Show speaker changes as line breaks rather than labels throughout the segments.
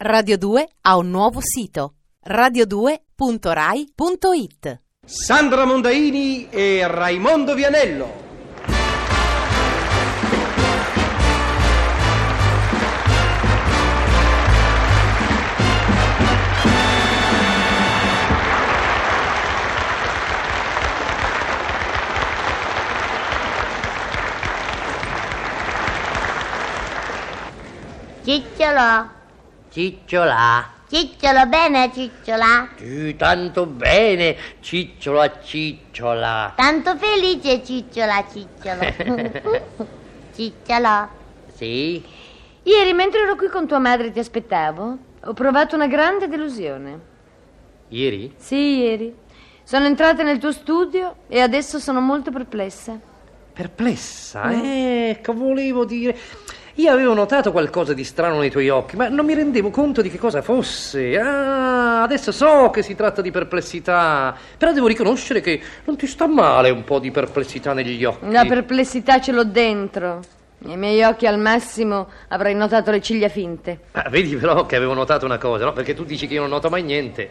Radio 2 ha un nuovo sito radio2.rai.it
Sandra Mondaini e Raimondo Vianello.
Cicciolo,
Cicciola.
cicciolo bene cicciola,
Sì, tanto bene, cicciola, cicciola.
tanto felice cicciola cicciolo. cicciolo,
Sì?
Ieri, mentre ero qui con tua madre e ti aspettavo, ho provato una grande delusione.
Ieri?
Sì, ieri. Sono entrata nel tuo studio e adesso sono molto perplessa.
Perplessa, eh, che volevo dire. Io avevo notato qualcosa di strano nei tuoi occhi, ma non mi rendevo conto di che cosa fosse. Ah, adesso so che si tratta di perplessità. Però devo riconoscere che non ti sta male un po' di perplessità negli occhi.
La perplessità ce l'ho dentro. Nei miei occhi al massimo avrei notato le ciglia finte.
Ah, vedi però che avevo notato una cosa, no? Perché tu dici che io non noto mai niente.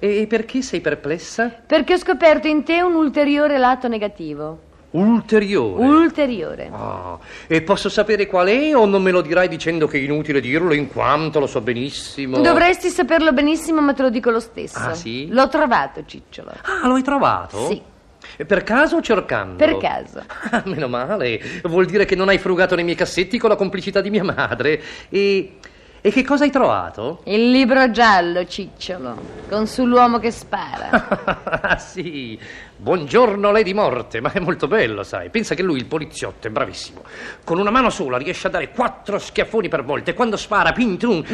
e perché sei perplessa?
Perché ho scoperto in te un ulteriore lato negativo.
Ulteriore.
Ulteriore.
Ah, e posso sapere qual è o non me lo dirai dicendo che è inutile dirlo in quanto lo so benissimo?
Dovresti saperlo benissimo, ma te lo dico lo stesso.
Boh. Ah, sì?
L'ho trovato, Cicciolo.
Ah, lo hai trovato?
Sì.
E Per caso o cercando?
Per caso.
Ah, meno male. Vuol dire che non hai frugato nei miei cassetti con la complicità di mia madre. E, e che cosa hai trovato?
Il libro giallo, Cicciolo, con sull'uomo che spara.
Ah, sì. Buongiorno Lady Morte, ma è molto bello, sai. Pensa che lui, il poliziotto, è bravissimo. Con una mano sola riesce a dare quattro schiaffoni per volta e quando spara, pintun,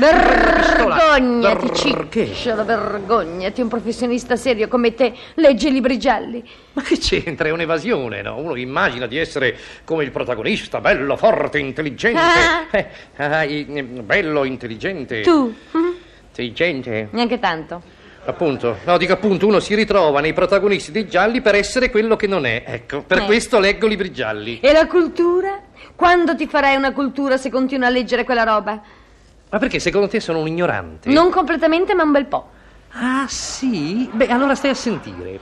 Vergognati,
Che?
cicciolo, vergognati. Un professionista serio come te legge i libri gialli.
Ma che c'entra? È un'evasione, no? Uno immagina di essere come il protagonista, bello, forte, intelligente.
Ah.
Eh, ah, i- eh, bello, intelligente.
Tu? hm?
Intelligente.
Neanche tanto.
Appunto, no, dico appunto, uno si ritrova nei protagonisti dei gialli per essere quello che non è. Ecco, per
Eh.
questo leggo libri gialli.
E la cultura? Quando ti farai una cultura se continui a leggere quella roba?
Ma perché secondo te sono un ignorante?
Non completamente, ma un bel po'.
Ah, sì? Beh, allora stai a sentire.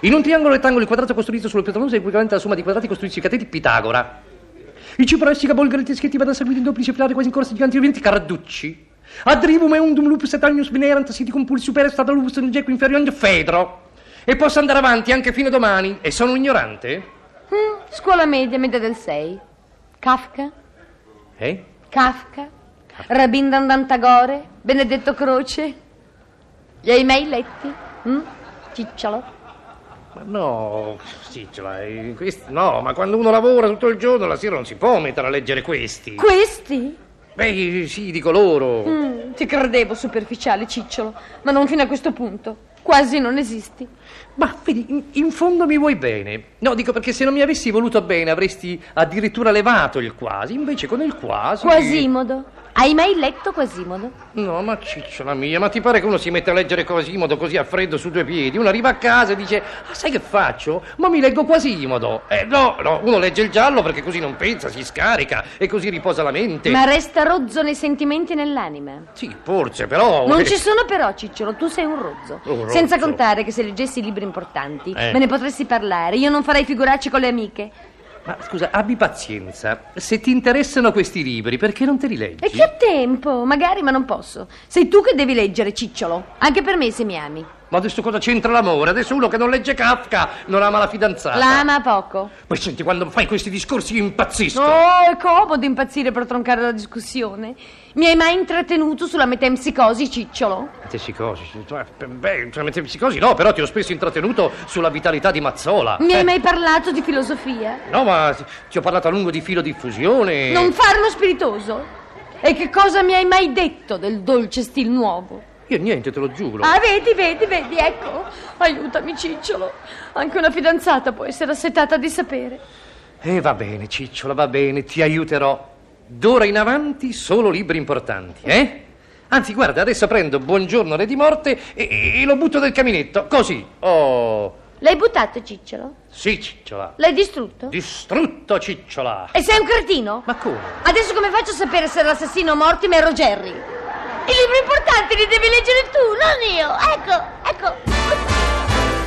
In un triangolo rettangolo il quadrato costruito sulla piattaforma è equivalente alla somma di quadrati costruiti sui cateti di Pitagora. I cipressi che bolgano i teschetti vanno seguiti in doppio plari quasi in corsa giganti viventi carducci. Adrivum e undum lupus etanius venerant siti compulsi super strada lupus in geco inferiore fedro. E posso andare avanti anche fino a domani. E sono un ignorante?
Hm, Scuola media, media del 6. Kafka?
Eh?
Kafka? Rabindranath Tagore? Benedetto Croce? Li hai mai letti? hm? Cicciolo?
Ma no, sì, ce l'hai. Questi- no, ma quando uno lavora tutto il giorno, la sera non si può mettere a leggere questi.
Questi?
Beh, sì, dico loro.
Mm, ti credevo superficiale, Cicciolo, ma non fino a questo punto. Quasi non esisti.
Ma vedi, in, in fondo mi vuoi bene. No, dico perché se non mi avessi voluto bene avresti addirittura levato il quasi, invece con il quasi.
Quasimodo. Hai mai letto Quasimodo?
No, ma cicciola mia, ma ti pare che uno si mette a leggere Quasimodo così a freddo su due piedi? Uno arriva a casa e dice, ah, sai che faccio? Ma mi leggo Quasimodo. Eh no, no, uno legge il giallo perché così non pensa, si scarica e così riposa la mente.
Ma resta rozzo nei sentimenti e nell'anima.
Sì, forse, però...
Non
eh,
ci sono però, Cicciolo, tu sei un rozzo.
Un Oh, rozzo.
Senza contare che se leggessi libri importanti
Eh.
me ne potresti parlare. Io non farei figuracci con le amiche.
Ma scusa, abbi pazienza. Se ti interessano questi libri, perché non te li leggi?
E che ho tempo, magari, ma non posso. Sei tu che devi leggere, Cicciolo. Anche per me se mi ami.
Ma adesso cosa c'entra l'amore? Adesso uno che non legge Kafka non ama la fidanzata.
L'ama poco.
Poi senti, quando fai questi discorsi io impazzisco.
Oh, è comodo impazzire per troncare la discussione. Mi hai mai intrattenuto sulla metempsicosi, Cicciolo?
Te psicosi, cioè, beh, cioè, te psicosi no, però ti ho spesso intrattenuto sulla vitalità di Mazzola.
Mi hai
Eh,
mai parlato di filosofia?
No, ma ti- ti ho parlato a lungo di filo diffusione.
Non farlo spiritoso? E che cosa mi hai mai detto del dolce stil nuovo?
Io niente, te lo giuro.
Ah, vedi, vedi, vedi, ecco. Aiutami, Cicciolo. Anche una fidanzata può essere assetata di sapere.
E Eh, va bene, Cicciola, va bene, ti aiuterò. D'ora in avanti solo libri importanti, eh? Anzi, guarda, adesso prendo Buongiorno Re di Morte e- e- e lo butto del caminetto, così. Oh,
L'hai buttato, Cicciolo?
sì, Cicciola.
L'hai distrutto?
Distrutto Cicciola!
E sei un cretino?
Ma come?
Adesso come faccio a sapere se l'assassino Mortimer o Jerry?
I libri importanti li devi leggere tu, non io. Ecco, ecco.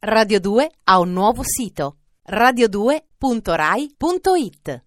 Radio 2 ha un nuovo sito radio2.rai.it